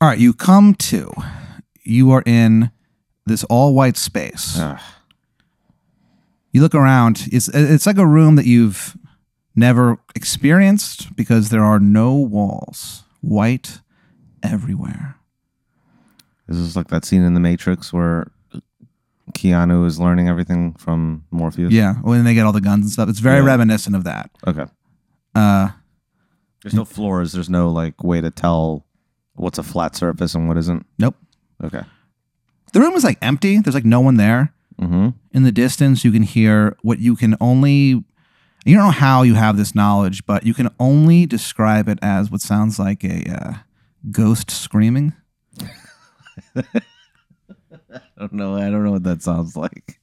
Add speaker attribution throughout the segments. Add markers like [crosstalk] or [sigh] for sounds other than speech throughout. Speaker 1: All right, you come to. You are in this all white space.
Speaker 2: Ugh.
Speaker 1: You look around. It's it's like a room that you've never experienced because there are no walls. White everywhere.
Speaker 2: This is like that scene in The Matrix where Keanu is learning everything from Morpheus.
Speaker 1: Yeah, when they get all the guns and stuff, it's very
Speaker 2: Yeah.
Speaker 1: reminiscent of that.
Speaker 2: Okay.
Speaker 1: Uh,
Speaker 2: There's no floors. There's no like way to tell what's a flat surface and what isn't.
Speaker 1: nope.
Speaker 2: Okay.
Speaker 1: The room is like empty. There's like no one there.
Speaker 2: Mm-hmm.
Speaker 1: in the distance you can hear what you can only you don't know how you have this knowledge but you can only describe it as what sounds like a uh, ghost screaming
Speaker 2: I don't know. I don't know what that sounds like.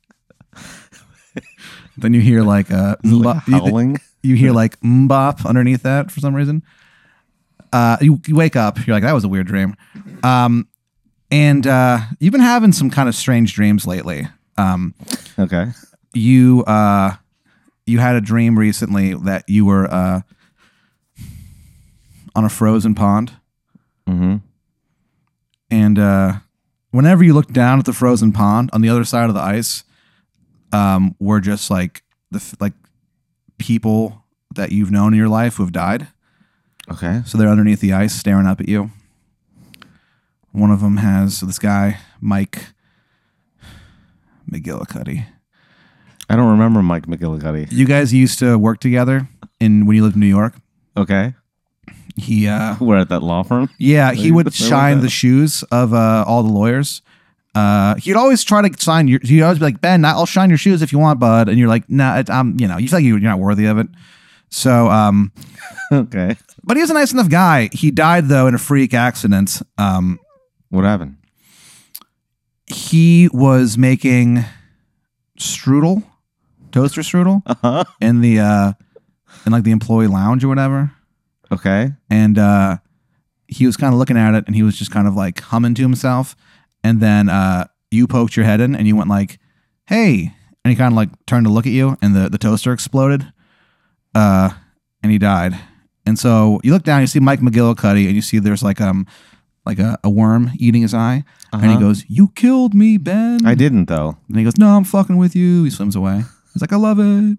Speaker 1: then you hear [laughs] like a mbop- you-
Speaker 2: Howling.
Speaker 1: you, hear like mbop underneath that for some reason uh, you, you wake up you're like that was a weird dream um, and uh, you've been having some kind of strange dreams lately um,
Speaker 2: Okay.
Speaker 1: you uh you had a dream recently that you were uh on a frozen pond
Speaker 2: Mm-hmm.
Speaker 1: and uh whenever you looked down at the frozen pond on the other side of the ice um were just like the f- like people that you've known in your life who have died
Speaker 2: Okay.
Speaker 1: so they're underneath the ice staring up at you one of them has this guy mike mcgillicuddy
Speaker 2: I don't remember Mike McGillicuddy.
Speaker 1: you guys used to work together in when you lived in new york
Speaker 2: Okay.
Speaker 1: He, uh,
Speaker 2: [laughs] We're at that law firm.
Speaker 1: yeah, he
Speaker 2: There-
Speaker 1: would
Speaker 2: there was
Speaker 1: shine
Speaker 2: that.
Speaker 1: the shoes of uh, all the lawyers. Uh, he'd always try to sign your. He'd always be like, Ben, I'll shine your shoes if you want, bud. And you're like, Nah, it, I'm. You know, you feel like you- you're not worthy of it. So, um,
Speaker 2: [laughs] okay.
Speaker 1: but he was a nice enough guy. He died though in a freak accident. Um,
Speaker 2: What happened?
Speaker 1: he was making strudel, toaster strudel,
Speaker 2: Uh-huh.
Speaker 1: in the uh, in like the employee lounge or whatever.
Speaker 2: Okay.
Speaker 1: and uh, he was kind of looking at it and he was just kind of like humming to himself and then uh, you poked your head in and you went like hey and he kind of like turned to look at you and the, the toaster exploded uh, and he died and so you look down you see mike mcgillicuddy and you see there's like um like a, a worm eating his eye and he
Speaker 2: Uh-huh.
Speaker 1: goes you killed me ben
Speaker 2: I didn't though.
Speaker 1: and he goes no i'm fucking with you he swims away he's like i love it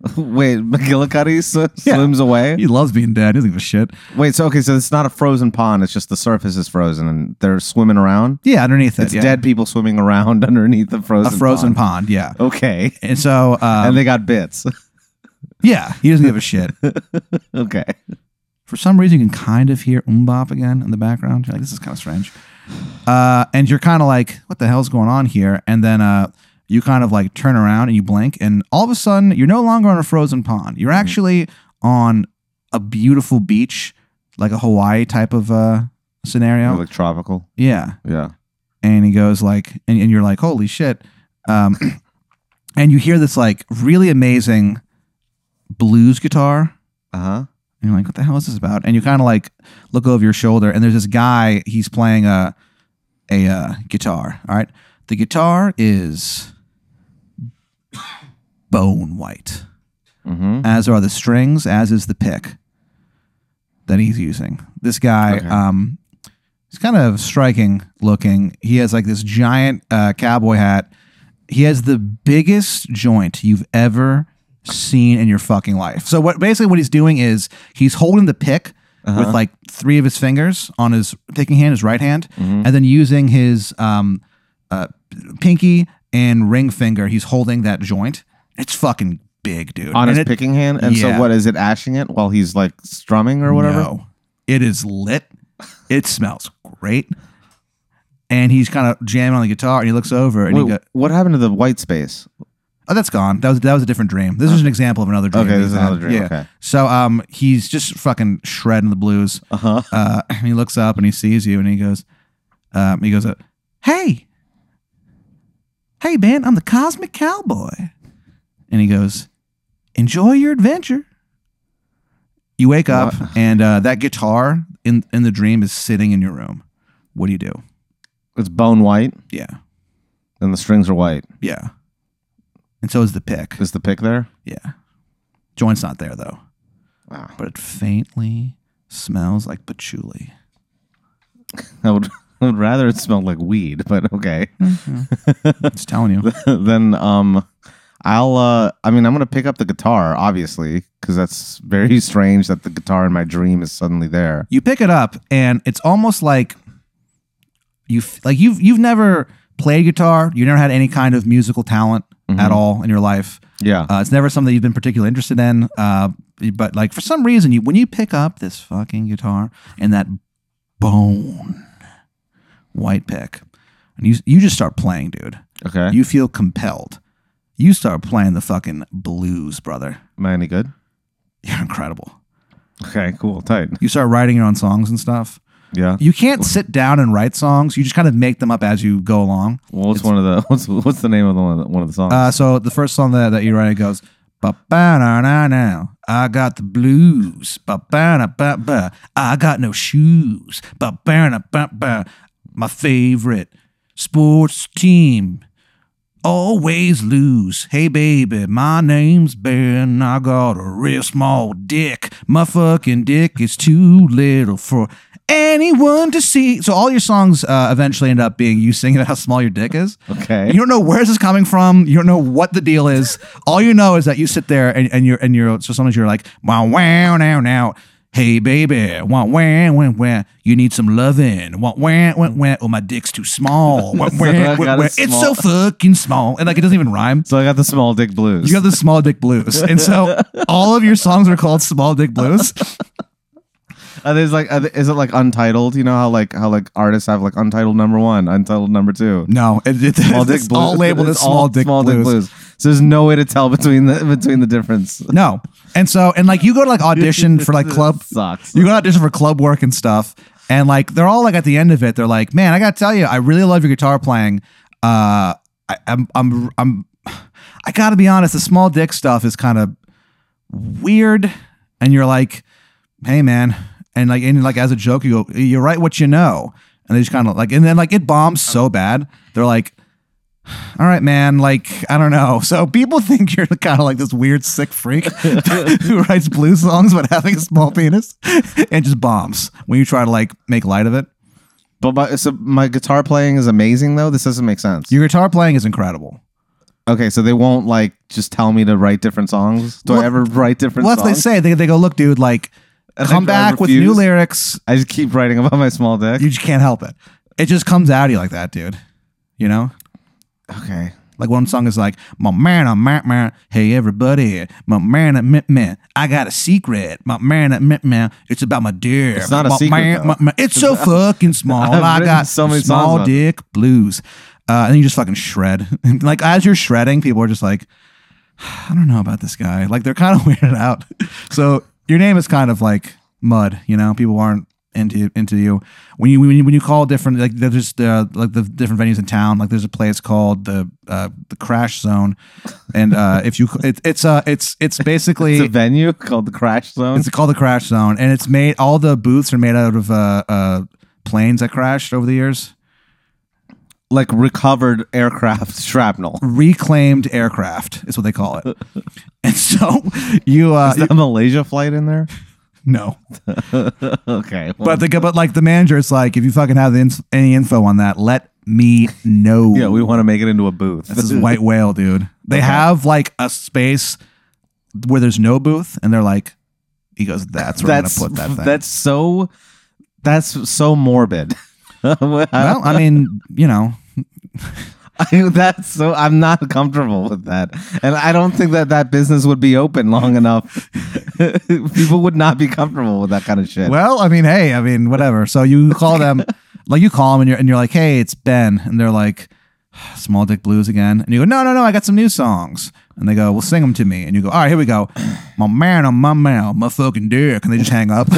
Speaker 2: [laughs] Wait, McGillicuddy sw-
Speaker 1: Yeah.
Speaker 2: swims away.
Speaker 1: he loves being dead he doesn't give a shit
Speaker 2: Wait, so okay, so it's not a frozen pond. It's just the surface is frozen and they're swimming around.
Speaker 1: yeah underneath it
Speaker 2: It's
Speaker 1: yeah.
Speaker 2: dead people swimming around [laughs] underneath the
Speaker 1: a
Speaker 2: frozen
Speaker 1: frozen
Speaker 2: pond.
Speaker 1: pond, yeah
Speaker 2: Okay.
Speaker 1: and so um,
Speaker 2: and they got bits. [laughs]
Speaker 1: Yeah, he doesn't give a shit. [laughs]
Speaker 2: okay.
Speaker 1: For some reason, you can kind of hear umbop again in the background. You're like, this is kind of strange. Uh, and you're kind of like, what the hell's going on here? And then uh, you kind of like turn around and you blink, and all of a sudden, you're no longer on a frozen pond.
Speaker 2: Mm-hmm.
Speaker 1: You're actually on a beautiful beach, like a Hawaii type of uh, scenario.
Speaker 2: Like tropical.
Speaker 1: yeah.
Speaker 2: Yeah.
Speaker 1: and he goes like and, and you're like holy shit um, [clears throat] and you hear this like really amazing blues guitar
Speaker 2: Uh huh.
Speaker 1: and you're like what the hell is this about and you kind of like look over your shoulder and there's this guy he's playing a a uh, guitar all right the guitar is [coughs] bone white
Speaker 2: Mm-hmm.
Speaker 1: as are the strings, as is the pick that he's using. This guy,
Speaker 2: Okay.
Speaker 1: um, he's kind of striking looking. He has like this giant uh, cowboy hat. He has the biggest joint you've ever seen in your fucking life. So what basically what he's doing is he's holding the pick
Speaker 2: Uh-huh.
Speaker 1: with like three of his fingers on his picking hand, his right hand,
Speaker 2: Mm-hmm.
Speaker 1: and then using his um, uh, pinky and ring finger, he's holding that joint. It's fucking big, dude.
Speaker 2: On
Speaker 1: And
Speaker 2: his
Speaker 1: it-
Speaker 2: picking hand. And
Speaker 1: Yeah.
Speaker 2: so what is it ashing it while he's like strumming or whatever?
Speaker 1: no. It is lit. It smells great. And he's kind of jamming on the guitar, and he looks over, and he
Speaker 2: Wait,
Speaker 1: goes,
Speaker 2: what happened to the white space?
Speaker 1: "Oh, that's gone. That was that was a different dream. This is an example of another dream.
Speaker 2: Okay,
Speaker 1: that
Speaker 2: this
Speaker 1: he's
Speaker 2: is another
Speaker 1: had.
Speaker 2: dream, okay.
Speaker 1: So, um, he's just fucking shredding the blues.
Speaker 2: Uh-huh.
Speaker 1: Uh, [clears throat] and he looks up and he sees you, and he goes, um, he goes, uh, "Hey, hey, man, I'm the Cosmic Cowboy." And he goes, "Enjoy your adventure." You wake up, and uh, that guitar in in the dream is sitting in your room. What do you do?
Speaker 2: It's bone white
Speaker 1: Yeah,
Speaker 2: and the strings are white.
Speaker 1: yeah. And so is the
Speaker 2: [laughs]
Speaker 1: pick.
Speaker 2: Is the pick there?
Speaker 1: Yeah, joint's not there though,
Speaker 2: Wow. [laughs]
Speaker 1: but it faintly smells like patchouli.
Speaker 2: I would I would rather it smelled like weed, but okay.
Speaker 1: [laughs] Just telling you.
Speaker 2: [laughs] then um I'll uh I mean I'm going to pick up the guitar obviously cuz that's very [laughs] strange that the guitar in my dream is suddenly there.
Speaker 1: You pick it up, and it's almost like you f- like you've you've never played guitar. You never had any kind of musical talent at all in your life.
Speaker 2: Yeah.
Speaker 1: Uh, it's never something you've been particularly interested in. Uh, but like for some reason, you when you pick up this fucking guitar and that bone white pick, and you you just start playing, dude.
Speaker 2: okay.
Speaker 1: You feel compelled. You start playing the fucking blues, brother. [laughs]
Speaker 2: Am I any good?
Speaker 1: You're incredible.
Speaker 2: Okay, cool. Tight.
Speaker 1: You start writing your own songs and stuff.
Speaker 2: Yeah.
Speaker 1: You can't sit down and write songs. You just kind of make them up as you go along.
Speaker 2: Well, what's one of the [laughs] what's what's the name of the one, of the- one of the songs?
Speaker 1: Uh, so the first song that, that you write it goes, ba ba na na na. I got the blues. Ba ba na ba ba. I got no shoes. Ba ba na ba ba. My favorite sports team. Always lose. Hey baby, my name's Ben. I got a real small dick. My fucking dick is too little for anyone to see. So all your songs uh, eventually end up being you singing about how small your dick is.
Speaker 2: [laughs] okay.
Speaker 1: You don't know where this is coming from. You don't know what the deal is. All you know is that you sit there and, and you're and you're so sometimes you're like wow wow now now. Hey baby, wah, wah, wah, wah. you need some loving. Wah, wah, wah, wah. Oh, my dick's too small. Wah, wah,
Speaker 2: I
Speaker 1: wah,
Speaker 2: got a
Speaker 1: wah. It's so
Speaker 2: small-
Speaker 1: fucking small. And like it doesn't even rhyme.
Speaker 2: so I got the small dick blues.
Speaker 1: You have the small dick blues. And so all of your songs are called small dick blues.
Speaker 2: Are there's like are there- is it like untitled? You know how like how like artists have like untitled number one, untitled number two.
Speaker 1: No, it, it, it's all labeled as
Speaker 2: It's
Speaker 1: small
Speaker 2: all
Speaker 1: dick blues.
Speaker 2: So there's no way to tell between the [laughs] between
Speaker 1: [laughs]
Speaker 2: the difference.
Speaker 1: No. And so and like you go to like audition for like
Speaker 2: This
Speaker 1: club
Speaker 2: sucks.
Speaker 1: You go out audition for club work and stuff, and like they're all like at the end of it, they're like, "Man, I gotta tell you, I really love your guitar playing. Uh, I, I'm, I'm, I'm, I gotta be honest. The small dick stuff is kind of weird." And you're like, "Hey, man," and like, and like as a joke, you go, "You write what you know," and they just kind of like, and then like it bombs so bad, they're like. All right, man. Like, I don't know. So people [laughs] think you're kind of like this weird, sick freak [laughs] who writes blues songs about having a small penis and just bombs when you try to like make light of it.
Speaker 2: but my, so my guitar playing is amazing though. This doesn't make sense.
Speaker 1: Your guitar playing is incredible.
Speaker 2: okay, so they won't like just tell me to write different songs. Do
Speaker 1: Well,
Speaker 2: I ever write different
Speaker 1: Well, that's what
Speaker 2: songs?
Speaker 1: they say. They, they go, look, dude, like,
Speaker 2: And I-
Speaker 1: come
Speaker 2: I
Speaker 1: back with new
Speaker 2: refuse.
Speaker 1: lyrics.
Speaker 2: I just keep writing about my small dick.
Speaker 1: You just can't help it. It just comes out of you like that, dude. You know?
Speaker 2: okay.
Speaker 1: Like one song is like, my man, I'm man, man, hey everybody, my man, I'm man, man, I got a secret, my man, I'm man, man, it's about my dear.
Speaker 2: It's not a
Speaker 1: my
Speaker 2: secret,
Speaker 1: man,
Speaker 2: though.
Speaker 1: my man- It's
Speaker 2: [laughs]
Speaker 1: so fucking small.
Speaker 2: I've
Speaker 1: I
Speaker 2: written
Speaker 1: got
Speaker 2: so many songs
Speaker 1: small
Speaker 2: about it.
Speaker 1: dick blues. Uh, and you just fucking shred. [laughs] And like as you're shredding, people are just like, I don't know about this guy. Like they're kind of [laughs] weirded out. So your name is kind of like mud. You know, people aren't into into you when you when you, when you call different like there's just uh, like the different venues in town. Like there's a place called the uh, the Crash Zone, and uh, [laughs] if you it, it's uh it's it's basically
Speaker 2: It's a venue called the Crash Zone.
Speaker 1: it's called the Crash Zone, and it's made all the booths are made out of uh, uh planes that crashed over the years,
Speaker 2: like recovered aircraft [laughs] shrapnel.
Speaker 1: reclaimed aircraft is what they call
Speaker 2: [laughs]
Speaker 1: it. and so you uh
Speaker 2: Is that a Malaysia flight in there?
Speaker 1: no.
Speaker 2: Okay. well,
Speaker 1: But the but like the manager, it's like if you fucking have the ins- any info on that, let me know.
Speaker 2: yeah, we want to make it into a booth. [laughs]
Speaker 1: this is white whale, dude. They have like a space where there's no booth, and they're like, he goes, that's where
Speaker 2: that's [laughs]
Speaker 1: I'm gonna put that thing.
Speaker 2: that's so that's so morbid. [laughs] I-
Speaker 1: well, I mean, you
Speaker 2: [laughs]
Speaker 1: know,
Speaker 2: that's so I'm not comfortable with that, and I don't think that that business would be open long enough. [laughs] People would not be comfortable with that kind of shit.
Speaker 1: well, I mean, hey, I mean, whatever. So you call
Speaker 2: [laughs]
Speaker 1: them, like you call them, and you're and you're like, hey, it's Ben, and they're like, "Ah, small dick blues again, and you go, no, no, no, I got some new songs, and they go, well, sing them to me, and you go, all right, here we
Speaker 2: [clears throat]
Speaker 1: go, my man on my mouth, my fucking dick, and they just hang
Speaker 2: [laughs]
Speaker 1: up.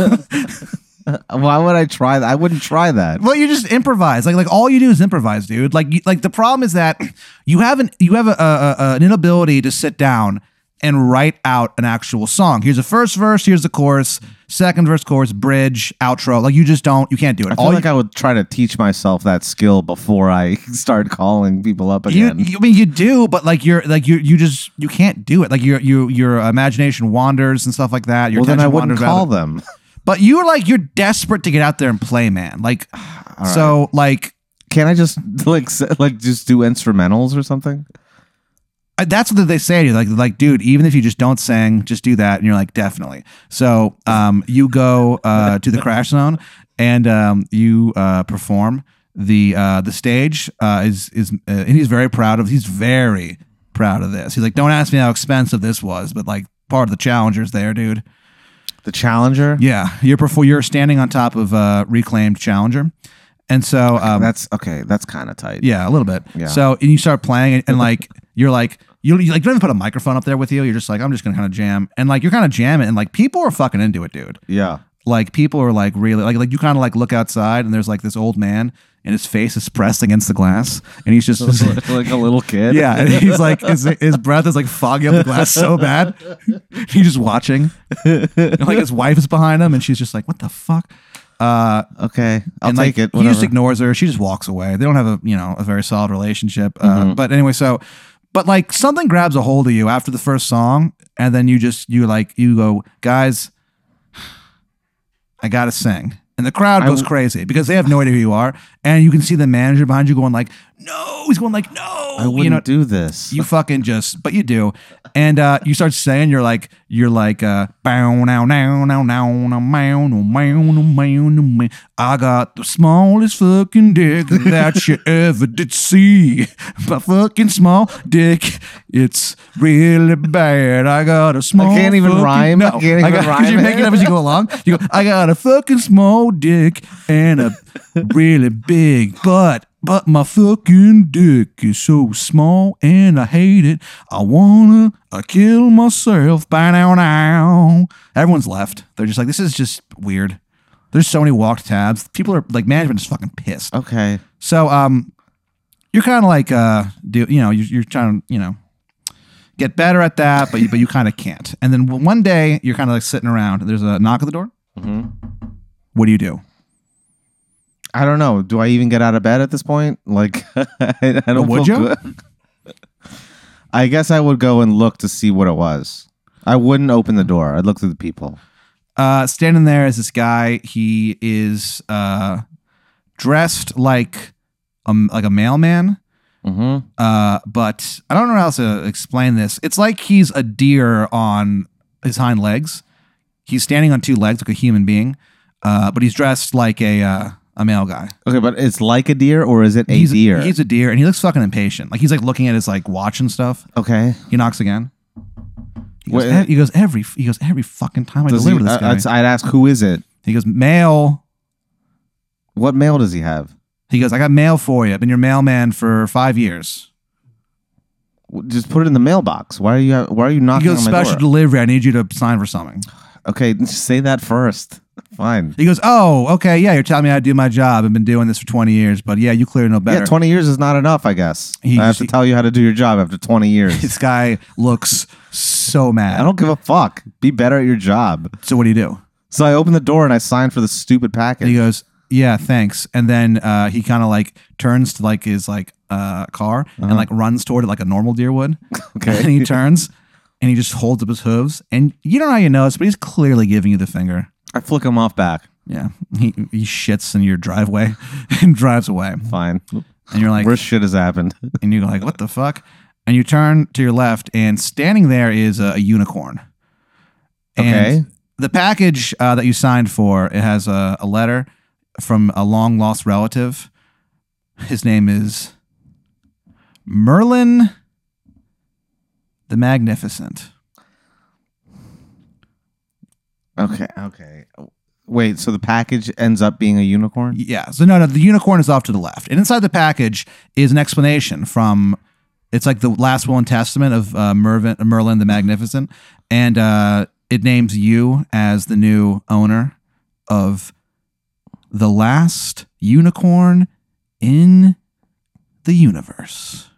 Speaker 2: Why would I try that? I wouldn't try that.
Speaker 1: Well, you just improvise. Like like all you do is improvise, dude. Like you, like the problem is that you have an you have a, a, a- an inability to sit down and write out an actual song. Here's the first verse. Here's the chorus. Second verse, chorus, bridge, outro. Like you just don't. You can't do it.
Speaker 2: I feel
Speaker 1: you-
Speaker 2: like I would try to teach myself that skill before I [laughs] start calling people up
Speaker 1: you,
Speaker 2: again.
Speaker 1: you I mean you do, but like you're like you you just you can't do it. Like your you your imagination wanders and stuff like that. Your
Speaker 2: well, then I
Speaker 1: attention
Speaker 2: wouldn't
Speaker 1: wanders out
Speaker 2: call
Speaker 1: of-
Speaker 2: them. [laughs]
Speaker 1: But you're like you're desperate to get out there and play, man. Like
Speaker 2: [sighs] All right.
Speaker 1: so, like
Speaker 2: Can I just [laughs] like s- like just do instrumentals or something?
Speaker 1: I- that's what they say to you. Like like dude, even if you just don't sing, just do that, and you're like definitely. So um, you go uh, to the crash zone and um, you uh, perform the uh, the stage uh, is is uh, and he's very proud of he's very proud of this. He's like, don't ask me how expensive this was, but like part of the challengers there, dude.
Speaker 2: The Challenger.
Speaker 1: Yeah, you're before you're standing on top of uh, reclaimed Challenger, and so um,
Speaker 2: That's okay. That's kind of tight.
Speaker 1: yeah, a little bit.
Speaker 2: Yeah.
Speaker 1: So and you start playing, and, and like [laughs] you're like you, you like don't even put a microphone up there with you. You're just like I'm just gonna kind of jam, and like you're kind of jamming, and like people are fucking into it, dude.
Speaker 2: Yeah. [laughs]
Speaker 1: Like people are like really like like you kind of like look outside, and there's like this old man, and his face is pressed against the glass, and he's just. [laughs]
Speaker 2: like a little kid.
Speaker 1: Yeah, and he's like his, his breath is like fogging up the glass so bad. [laughs] he's just watching. And, like his wife is behind him, and she's just like, "What the fuck?" Uh,
Speaker 2: Okay. I'll
Speaker 1: and like
Speaker 2: take it.
Speaker 1: he just
Speaker 2: whatever.
Speaker 1: ignores her. She just walks away. They don't have a you know a very solid relationship. Uh,
Speaker 2: Mm-hmm.
Speaker 1: But anyway, so but like something grabs a hold of you after the first song, and then you just you like you go, guys, I gotta sing. And the crowd goes crazy because they have no idea who you are, and you can see the manager behind you going like, "No," he's going like, "No,"
Speaker 2: I wouldn't
Speaker 1: you know,
Speaker 2: do this.
Speaker 1: you fucking just, but you do, and uh, you start saying you're like you're like uh, bow now now now now now meow no meow no meow no meow. I got the smallest fucking dick that you ever did see. My fucking small dick, it's really bad. I got a small.
Speaker 2: can't even
Speaker 1: fucking-
Speaker 2: rhyme.
Speaker 1: No,
Speaker 2: I can't even
Speaker 1: got, 'cause
Speaker 2: rhyme
Speaker 1: You're
Speaker 2: it.
Speaker 1: making it up as you go along. You go. I got a fucking small dick and a really big butt. But my fucking dick is so small and I hate it. I wanna I kill myself by now now. Everyone's left. They're just like, this is just weird. There's so many walked tabs. People are like, management is fucking pissed.
Speaker 2: okay.
Speaker 1: So um, you're kind of like uh, do you know you're, you're trying to you know get better at that, but you, but you kind of can't. And then one day you're kind of like sitting around. And there's a knock at the door. What do you do?
Speaker 2: I don't know. Do I even get out of bed at this point? Like, [laughs] I, I don't.
Speaker 1: Would
Speaker 2: feel
Speaker 1: you?
Speaker 2: good. I guess I would go and look to see what it was. I wouldn't open the door. I'd look through the people.
Speaker 1: Uh, standing there is this guy. He is uh, dressed like um like a mailman.
Speaker 2: Mm-hmm.
Speaker 1: Uh, but I don't know how else to explain this. It's like he's a deer on his hind legs. He's standing on two legs like a human being, uh, but he's dressed like a uh, a male guy.
Speaker 2: Okay, but it's like a deer, or is it a
Speaker 1: he's
Speaker 2: deer?
Speaker 1: He's a deer, and he looks fucking impatient. Like he's like looking at his like watch and stuff.
Speaker 2: okay.
Speaker 1: He knocks again. He goes,
Speaker 2: Wait, eh.
Speaker 1: "Ev- he goes every he goes every fucking time I
Speaker 2: Does
Speaker 1: deliver
Speaker 2: he-
Speaker 1: this
Speaker 2: I-
Speaker 1: guy.
Speaker 2: I'd- I'd ask who is it.
Speaker 1: he goes mail.
Speaker 2: What mail does he have?
Speaker 1: He goes I got mail for you. I've been your mailman for five years.
Speaker 2: W- Just put it in the mailbox. Why are you? ha- Why are you
Speaker 1: He
Speaker 2: knocking
Speaker 1: goes
Speaker 2: on my
Speaker 1: special
Speaker 2: door?
Speaker 1: delivery. I need you to sign for something.
Speaker 2: Okay, [laughs] just say that first. Fine.
Speaker 1: He goes, Oh, okay, yeah, you're telling me how to do my job. I've been doing this for 20 years, but yeah, you clearly know better.
Speaker 2: Yeah, twenty years is not enough. I guess
Speaker 1: He
Speaker 2: I have
Speaker 1: just-
Speaker 2: to tell you how to do your job after twenty years.
Speaker 1: [laughs] this guy looks so
Speaker 2: I
Speaker 1: mad.
Speaker 2: don't give a fuck. Be better at your job.
Speaker 1: So, what do you do?
Speaker 2: So I open the door and I sign for the stupid
Speaker 1: And he
Speaker 2: package.
Speaker 1: goes, Yeah, thanks. And then uh, he kind of like turns to like his like uh, car and like runs toward it like a normal deer would.
Speaker 2: Uh-huh. [laughs] Okay.
Speaker 1: And he turns and he just holds up his hooves. And you don't know how you know this, but he's clearly giving you the finger.
Speaker 2: I flick him off back.
Speaker 1: Yeah. He, he shits in your driveway [laughs] and drives away.
Speaker 2: Fine.
Speaker 1: And you're like,
Speaker 2: Worst shit
Speaker 1: [laughs]
Speaker 2: has happened.
Speaker 1: and you're like, what the fuck? And you turn to your left, and standing there is a, a unicorn. And
Speaker 2: Okay.
Speaker 1: the package uh, that you signed for it has a, a letter from a long lost relative. His name is Merlin the Magnificent.
Speaker 2: Okay. Okay. Wait. So the package ends up being a unicorn.
Speaker 1: Yeah. So no, no, the unicorn is off to the left, and inside the package is an explanation from. It's like the last will and testament of uh, Mervin, Merlin the Magnificent, and uh, it names you as the new owner of the last unicorn in the universe.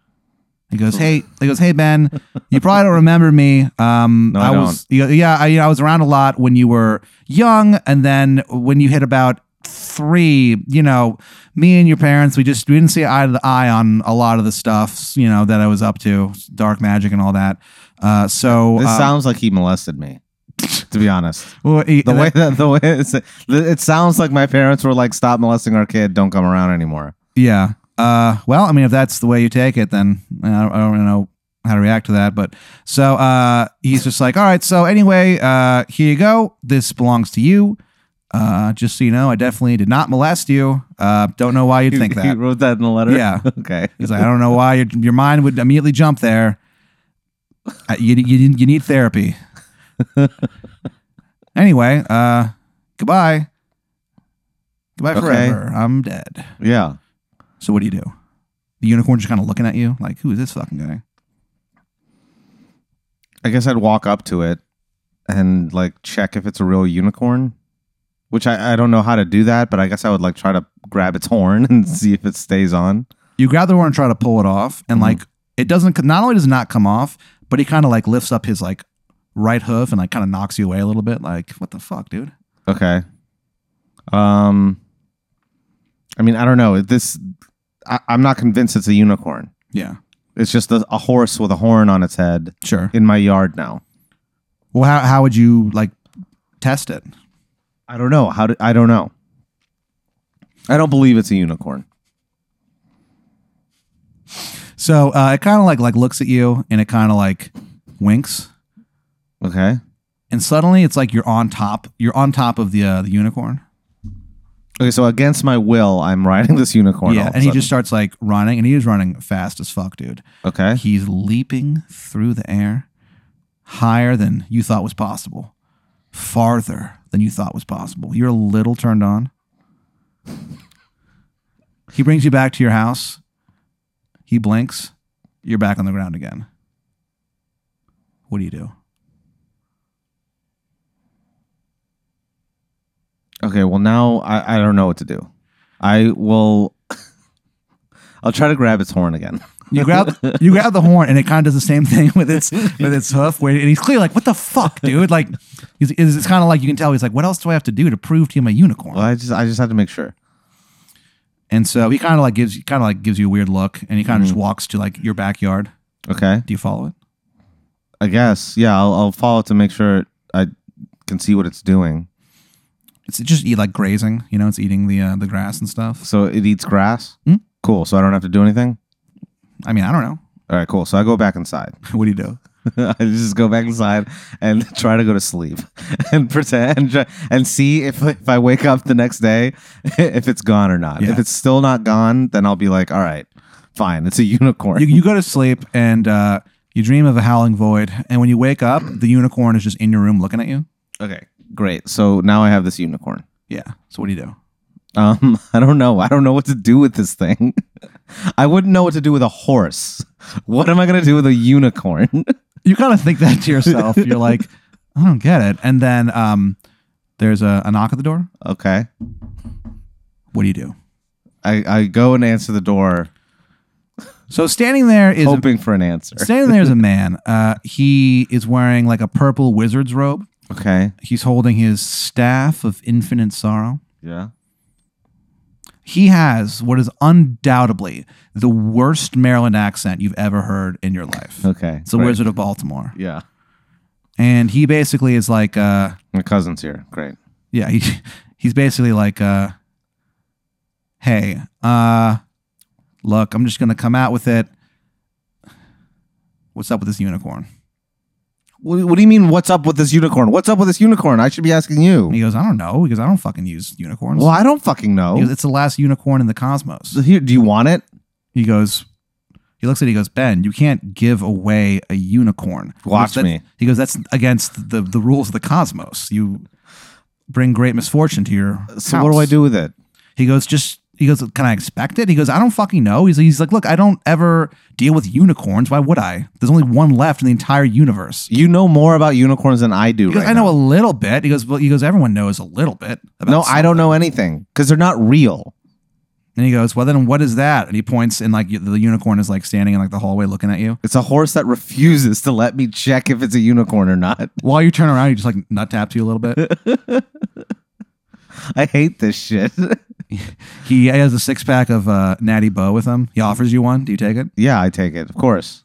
Speaker 1: He goes, hey, he goes, hey Ben, you probably don't remember me. Um,
Speaker 2: No, I
Speaker 1: was, you- yeah, I, you know, I was around a lot when you were young, and then when you hit about three, you know, me and your parents, we just we didn't see eye to eye on a lot of the stuff, you know, that I was up to, dark magic and all that. Uh, so
Speaker 2: This
Speaker 1: uh,
Speaker 2: sounds like he molested me. to be
Speaker 1: [laughs]
Speaker 2: honest.
Speaker 1: Well, e, he-
Speaker 2: The way that the way it's, it sounds like my parents were like, "Stop molesting our kid. Don't come around anymore."
Speaker 1: Yeah. Uh, well, I mean, if that's the way you take it, then I don't, I don't really know how to react to that. But so uh, he's just like, all right, so anyway, uh, here you go. This belongs to you. Uh, just so you know, I definitely did not molest you. Uh, don't know why you'd think
Speaker 2: [laughs] He
Speaker 1: that.
Speaker 2: wrote that in a letter.
Speaker 1: Yeah.
Speaker 2: [laughs] Okay.
Speaker 1: He's like, I don't know why your, your mind would immediately jump there. Uh, you, you, you need therapy. [laughs] anyway, uh, goodbye. Goodbye
Speaker 2: Okay.
Speaker 1: forever. I'm dead.
Speaker 2: Yeah.
Speaker 1: So what do you do? The unicorn just kind of looking at you, like, who is this fucking guy?
Speaker 2: I guess I'd walk up to it and like check if it's a real unicorn, which I, I don't know how to do that, but I guess I would like try to grab its [laughs] horn and see if it stays on.
Speaker 1: You grab the horn and try to pull it off, and
Speaker 2: Mhm.
Speaker 1: like it doesn't. Not only does it not come off, but he kind of like lifts up his like right hoof and like kind of knocks you away a little bit. Like, what the fuck, dude?
Speaker 2: Okay. Um, I mean, I don't know. This, I, I'm not convinced it's a unicorn.
Speaker 1: Yeah,
Speaker 2: It's just a, a horse with a horn on its head
Speaker 1: sure.
Speaker 2: in my yard now.
Speaker 1: Well, how how would you like test it?
Speaker 2: I don't know. How do, I don't know. I don't believe it's a unicorn.
Speaker 1: So uh, it kind of like like looks at you and it kind of like winks,
Speaker 2: Okay.
Speaker 1: and suddenly it's like you're on top. You're on top of the uh, the unicorn.
Speaker 2: Okay. So against my will, I'm riding this unicorn. all
Speaker 1: yeah,
Speaker 2: of a
Speaker 1: and he
Speaker 2: sudden.
Speaker 1: just starts like running, and he is running fast as fuck, dude.
Speaker 2: okay.
Speaker 1: He's leaping through the air higher than you thought was possible, farther than you thought was possible. You're a little turned on. He brings you back to your house. He blinks. You're back on the ground again. What do you do?
Speaker 2: Okay, well now I, I don't know what to do. I will [laughs] I'll try to grab its horn again.
Speaker 1: You grab you grab the horn and it kind of does the same thing with its with its hoof. Where, and he's clearly like, "What the fuck, dude?" Like, he's, it's, it's kind of like you can tell he's like, "What else do I have to do to prove to him a unicorn?"
Speaker 2: Well, I just I just had to make sure.
Speaker 1: And so he kind of like gives kind of like gives you a weird look, and he kind of just walks to like your backyard.
Speaker 2: Okay.
Speaker 1: Do you follow it?
Speaker 2: I guess. Yeah, I'll I'll follow it to make sure I can see what it's doing.
Speaker 1: It's just eat like grazing, you know. It's eating the uh, the grass and stuff.
Speaker 2: So it eats grass?
Speaker 1: Hmm.
Speaker 2: Cool. So I don't have to do anything?
Speaker 1: I mean, I don't know. [laughs]
Speaker 2: All right, cool. So I go back inside. [laughs]
Speaker 1: what do you do?
Speaker 2: I just go back inside and [laughs] try to go to sleep and pretend and, try, and see if, if I wake up the next day [laughs] if it's gone or not.
Speaker 1: Yeah.
Speaker 2: If it's still not gone, then I'll be like, all right, fine. It's a [laughs] unicorn.
Speaker 1: You, you go to sleep and uh, you dream of a howling void, and when you wake up, the unicorn is just in your room looking at you.
Speaker 2: Okay, great. So now I have this unicorn.
Speaker 1: Yeah. So what do you do?
Speaker 2: Um, [laughs] I don't know. I don't know what to do with this thing. [laughs] I wouldn't know what to do with a horse. [laughs] What am I gonna do with a unicorn? [laughs]
Speaker 1: You kind of think that to yourself. You're like, I don't get it. And then um, there's a, a knock at the door.
Speaker 2: okay,
Speaker 1: What do you do?
Speaker 2: I, I go and answer the door,
Speaker 1: So standing there is a,
Speaker 2: hoping for an answer.
Speaker 1: standing there is a man. Uh, he is wearing like a purple wizard's robe.
Speaker 2: Okay.
Speaker 1: He's holding his staff of infinite sorrow.
Speaker 2: Yeah.
Speaker 1: He has what is undoubtedly the worst Maryland accent you've ever heard in your life.
Speaker 2: Okay.
Speaker 1: It's the
Speaker 2: great.
Speaker 1: Wizard of Baltimore.
Speaker 2: Yeah.
Speaker 1: And he basically is like, uh,
Speaker 2: My cousin's here. Great.
Speaker 1: yeah, he, [laughs] he's basically like, uh, hey, uh, look, I'm just going to come out with it. What's up with this unicorn?
Speaker 2: What, what do you mean? What's up with this unicorn? What's up with this unicorn? I should be asking
Speaker 1: And
Speaker 2: you.
Speaker 1: he goes, I don't know, because I don't fucking use unicorns.
Speaker 2: Well, I don't fucking
Speaker 1: He goes,
Speaker 2: know.
Speaker 1: it's the last unicorn in the cosmos.
Speaker 2: So here, do you want it?
Speaker 1: He goes, he looks at it, he goes, Ben, you can't give away a unicorn. He
Speaker 2: Watch
Speaker 1: goes, "That's-"
Speaker 2: me.
Speaker 1: He goes, that's against the, the rules of the cosmos. You bring great misfortune to your.
Speaker 2: So what do I
Speaker 1: house."
Speaker 2: do with it?
Speaker 1: He goes, just, he goes, can I expect it? He goes, I don't fucking know. He's, he's like, look, I don't ever deal with unicorns. Why would I? There's only one left in the entire universe.
Speaker 2: You know more about unicorns than I do.
Speaker 1: He goes,
Speaker 2: right
Speaker 1: I know
Speaker 2: now.
Speaker 1: a little bit. He goes, well, he goes, everyone knows a little bit. About
Speaker 2: No,
Speaker 1: something."
Speaker 2: I don't know anything because they're not real.
Speaker 1: And he goes, well, then what is that? And he points and like the unicorn is like standing in like the hallway looking at you.
Speaker 2: It's a horse that refuses to let me check if it's a unicorn or not. [laughs]
Speaker 1: While you turn around, he just like nut taps you a little bit.
Speaker 2: I hate this shit. [laughs]
Speaker 1: He has a six pack of uh, Natty Bow with him. He offers you one. Do you take it?
Speaker 2: yeah, I take it. Of course.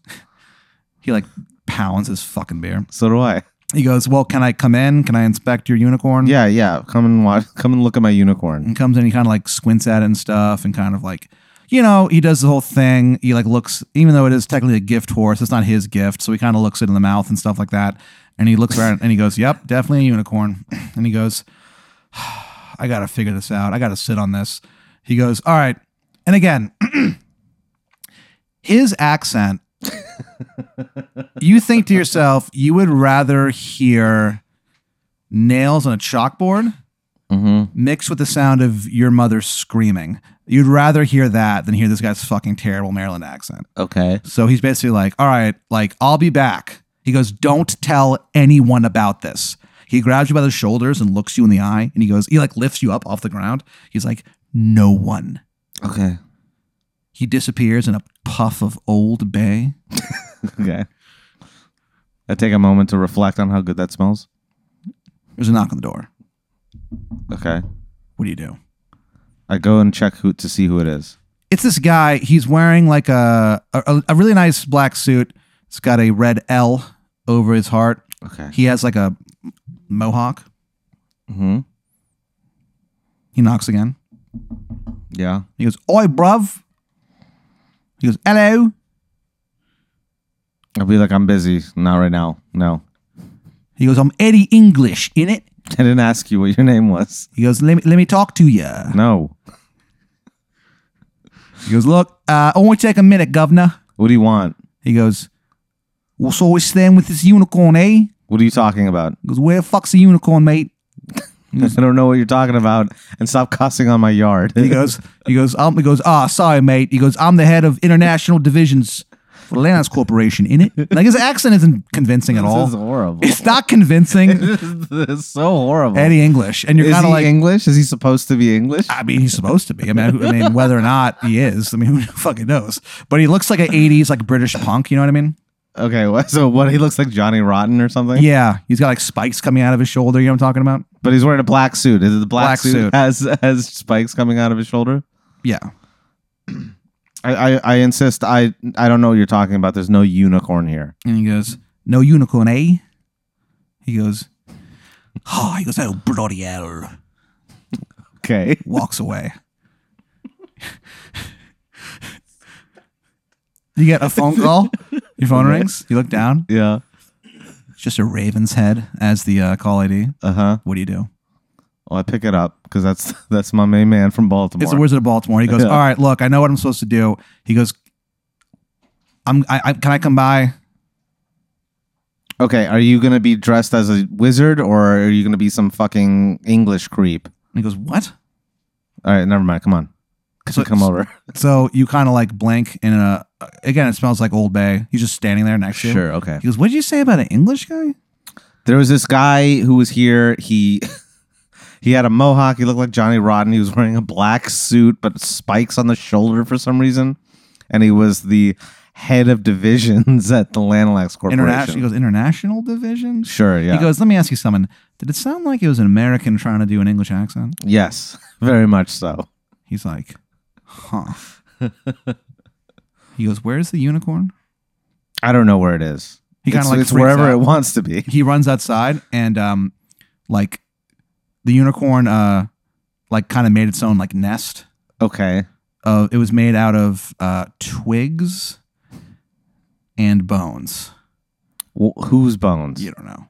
Speaker 1: He like pounds his fucking beer.
Speaker 2: So do I.
Speaker 1: He goes, "Well, can I come in? Can I inspect your unicorn?"
Speaker 2: Yeah, yeah. Come and watch. Come and look at my unicorn.
Speaker 1: and comes in. He kind of like squints at it and stuff, and kind of like, you know, he does the whole thing. He like looks, even though it is technically a gift horse, it's not his gift, so he kind of looks it in the mouth and stuff like that. And he looks around and he goes, "Yep, definitely a unicorn." [clears throat] And he goes, "I got to figure this out. I got to sit on this." He goes, "All right." And again, [clears throat] his accent. you think to yourself, you would rather hear nails on a chalkboard
Speaker 2: hmm
Speaker 1: mixed with the sound of your mother screaming. You'd rather hear that than hear this guy's fucking terrible Maryland accent.
Speaker 2: Okay.
Speaker 1: So he's basically like, all right, like, I'll be back. He goes, don't tell anyone about this. He grabs you by the shoulders and looks you in the eye and he goes, he like lifts you up off the ground. He's like, no one.
Speaker 2: Okay. [laughs]
Speaker 1: He disappears in a puff of Old Bay.
Speaker 2: Okay. I take a moment to reflect on how good that smells.
Speaker 1: There's a knock on the door.
Speaker 2: Okay.
Speaker 1: What do you do?
Speaker 2: I go and check who to see who it is.
Speaker 1: it's this guy. He's wearing like a a, a really nice black suit. It's got a red L over his heart.
Speaker 2: Okay.
Speaker 1: He has like a mohawk.
Speaker 2: hmm
Speaker 1: He knocks again.
Speaker 2: Yeah.
Speaker 1: He goes, "Oi, bruv." He goes, "Hello."
Speaker 2: I'll be like, I'm busy. Not right now. No. [laughs]
Speaker 1: He goes, "I'm Eddie English, in it."
Speaker 2: I didn't ask you what your name was.
Speaker 1: He goes, "Let me let me talk to you."
Speaker 2: No.
Speaker 1: He goes, "Look, uh, only take a minute, governor."
Speaker 2: What do you want?
Speaker 1: He goes, "Well, so we stand with this unicorn, eh?"
Speaker 2: What are you talking about?
Speaker 1: He goes, "Where the fuck's the unicorn, mate?"
Speaker 2: [laughs] I don't know what you're talking about. And stop cussing on my yard. [laughs]
Speaker 1: He goes, he goes, um, he goes, ah, sorry, mate. He goes, I'm the head of international divisions for the Lands Corporation, in it. Like his accent isn't convincing at
Speaker 2: this is
Speaker 1: all.
Speaker 2: horrible. [laughs]
Speaker 1: It's not convincing
Speaker 2: this is so horrible.
Speaker 1: Eddie English. And you're
Speaker 2: is
Speaker 1: kind
Speaker 2: he
Speaker 1: of like,
Speaker 2: English? Is he supposed to be English?
Speaker 1: I mean, he's supposed to be. I mean, who- I mean, whether or not he is, I mean, who fucking knows? But he looks like an 80s, like British punk, you know what I mean?
Speaker 2: Okay, wha- so what? He looks like Johnny Rotten or something.
Speaker 1: Yeah. He's got like spikes coming out of his shoulder, you know what I'm talking about?
Speaker 2: but he's wearing a black suit. Is it the black,
Speaker 1: Black
Speaker 2: suit,
Speaker 1: suit.
Speaker 2: has has spikes coming out of his shoulder?
Speaker 1: Yeah.
Speaker 2: I, I I insist. I I don't know what you're talking about. There's no unicorn here.
Speaker 1: And he goes, No unicorn, eh? He goes, Oh, he goes, Oh, bloody hell.
Speaker 2: Okay. [laughs]
Speaker 1: walks away. you get a phone call. Your phone rings. You look down.
Speaker 2: Yeah.
Speaker 1: It's just a raven's head as the uh, call ID.
Speaker 2: Uh huh.
Speaker 1: What do you do?
Speaker 2: Well, I pick it up because that's [laughs] that's my main man from Baltimore.
Speaker 1: It's the Wizard of Baltimore. He goes,
Speaker 2: Yeah.
Speaker 1: "All right, look, I know what I'm supposed to do." He goes, "I'm. I, I can I come by?"
Speaker 2: Okay, are you gonna be dressed as a wizard or are you gonna be some fucking English creep?
Speaker 1: He goes, "What?"
Speaker 2: All right, never mind. Come on,
Speaker 1: So-
Speaker 2: [laughs] come over.
Speaker 1: [laughs] So you kind of like blink in a. Again, it smells like Old Bay. He's just standing there next to you.
Speaker 2: Sure. Okay.
Speaker 1: He goes, "What did you say about an English guy?"
Speaker 2: There was this guy who was here. He [laughs] he had a mohawk. He looked like Johnny Rodden. He was wearing a black suit, but spikes on the shoulder for some reason. And he was the head of divisions [laughs] at the Lanalax Corporation.
Speaker 1: International. He goes, "International division."
Speaker 2: sure. Yeah.
Speaker 1: He goes, let me ask you something. Did it sound like it was an American trying to do an English accent?
Speaker 2: yes. [laughs] Very much so.
Speaker 1: He's like,
Speaker 2: [laughs]
Speaker 1: huh. he goes, where's the unicorn?
Speaker 2: I don't know where it is.
Speaker 1: He kinda,
Speaker 2: It's-
Speaker 1: like,
Speaker 2: it's
Speaker 1: freaks
Speaker 2: wherever
Speaker 1: out.
Speaker 2: it wants to be.
Speaker 1: He runs outside and um, like the unicorn uh, like kind of made its own like nest.
Speaker 2: Okay.
Speaker 1: Of it was made out of uh, twigs and bones.
Speaker 2: Wh- whose bones?
Speaker 1: You don't know.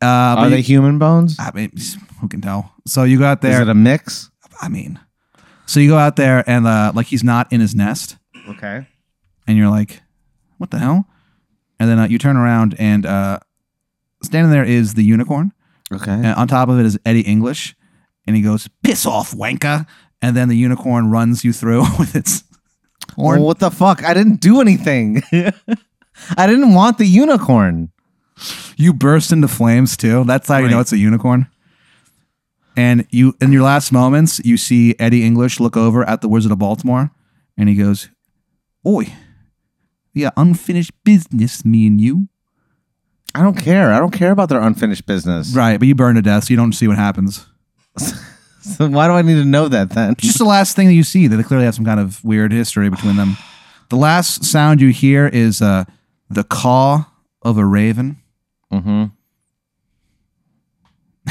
Speaker 1: Uh, but
Speaker 2: Are they
Speaker 1: you-
Speaker 2: human bones?
Speaker 1: I mean, who can tell? So you go out
Speaker 2: Is
Speaker 1: there.
Speaker 2: it a mix?
Speaker 1: I mean, so you go out there and uh, like he's not in his nest,
Speaker 2: Okay.
Speaker 1: and you're like, "What the hell?" And then uh, you turn around and uh, standing there is the unicorn,
Speaker 2: Okay.
Speaker 1: and on top of it is Eddie English, and he goes, "Piss off, wanker!" And then the unicorn runs you through [laughs] with its horn.
Speaker 2: Well, what the fuck? I didn't do anything. [laughs] I didn't want the unicorn.
Speaker 1: You burst into flames too. That's how you know
Speaker 2: Right.
Speaker 1: it's a unicorn. And you, in your last moments, you see Eddie English look over at the Wizard of Baltimore, and he goes, "Oi, yeah, unfinished business, me and you."
Speaker 2: I don't care. I don't care about their unfinished business.
Speaker 1: Right, but you burn to death, so you don't see what happens.
Speaker 2: [laughs] So why do I need to know that then?
Speaker 1: It's just the last thing that you see that they clearly have some kind of weird history between them. The last sound you hear is uh, the caw of a raven.
Speaker 2: [laughs]
Speaker 1: [laughs]
Speaker 2: Mm-hmm.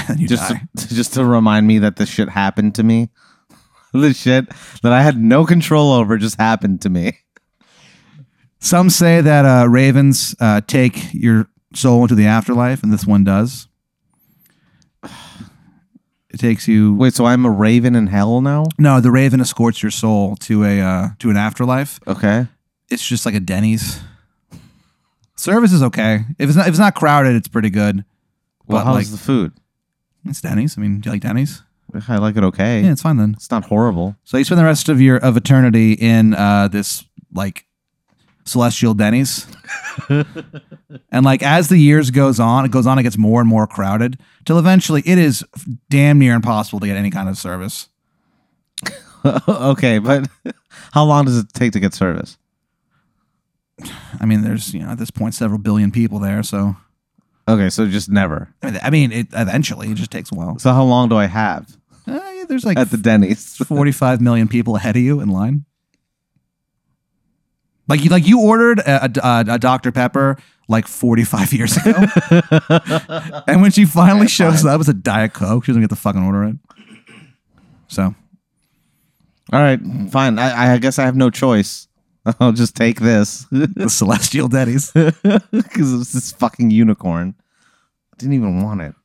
Speaker 1: and you
Speaker 2: just
Speaker 1: die.
Speaker 2: to, [laughs] just to remind me that this shit happened to me. [laughs] this shit that I had no control over just happened to me. [laughs]
Speaker 1: Some say that uh, ravens uh, take your soul into the afterlife, and this one does. It takes you.
Speaker 2: Wait, so I'm a raven in hell now?
Speaker 1: No, the raven escorts your soul to a uh, to an afterlife.
Speaker 2: Okay.
Speaker 1: It's just like a Denny's. Service is okay. If it's not if it's not crowded, it's pretty good.
Speaker 2: Well,
Speaker 1: But,
Speaker 2: how's
Speaker 1: like-
Speaker 2: the food?
Speaker 1: It's Denny's. I mean, do you like Denny's?
Speaker 2: I like it okay.
Speaker 1: Yeah, it's fine then.
Speaker 2: It's not horrible. [laughs]
Speaker 1: So you spend the rest of your of eternity in uh, this like celestial
Speaker 2: [laughs]
Speaker 1: Denny's, and like as the years goes on, it goes on, it gets more and more crowded till eventually it is f- damn near impossible to get any kind of service.
Speaker 2: okay, but [laughs] how long does it take to get service?
Speaker 1: I mean, there's you know at this point several billion people there, so
Speaker 2: Okay, so just never.
Speaker 1: I mean, I mean it eventually it just takes a
Speaker 2: [laughs]
Speaker 1: while.
Speaker 2: So how long do I have
Speaker 1: Uh, yeah, there's like
Speaker 2: at the Denny's?
Speaker 1: 45 million people ahead of you in line. Like you, like you ordered a, a, a Dr. Pepper like 45 [laughs] years ago. and when she finally shows up, it's a Diet Coke. She doesn't get the fucking order right. So
Speaker 2: [laughs] All right, fine. I, I guess I have no choice. [laughs] I'll just take this [laughs]
Speaker 1: the Celestial Denny's.
Speaker 2: because it's this fucking unicorn. Didn't even want it.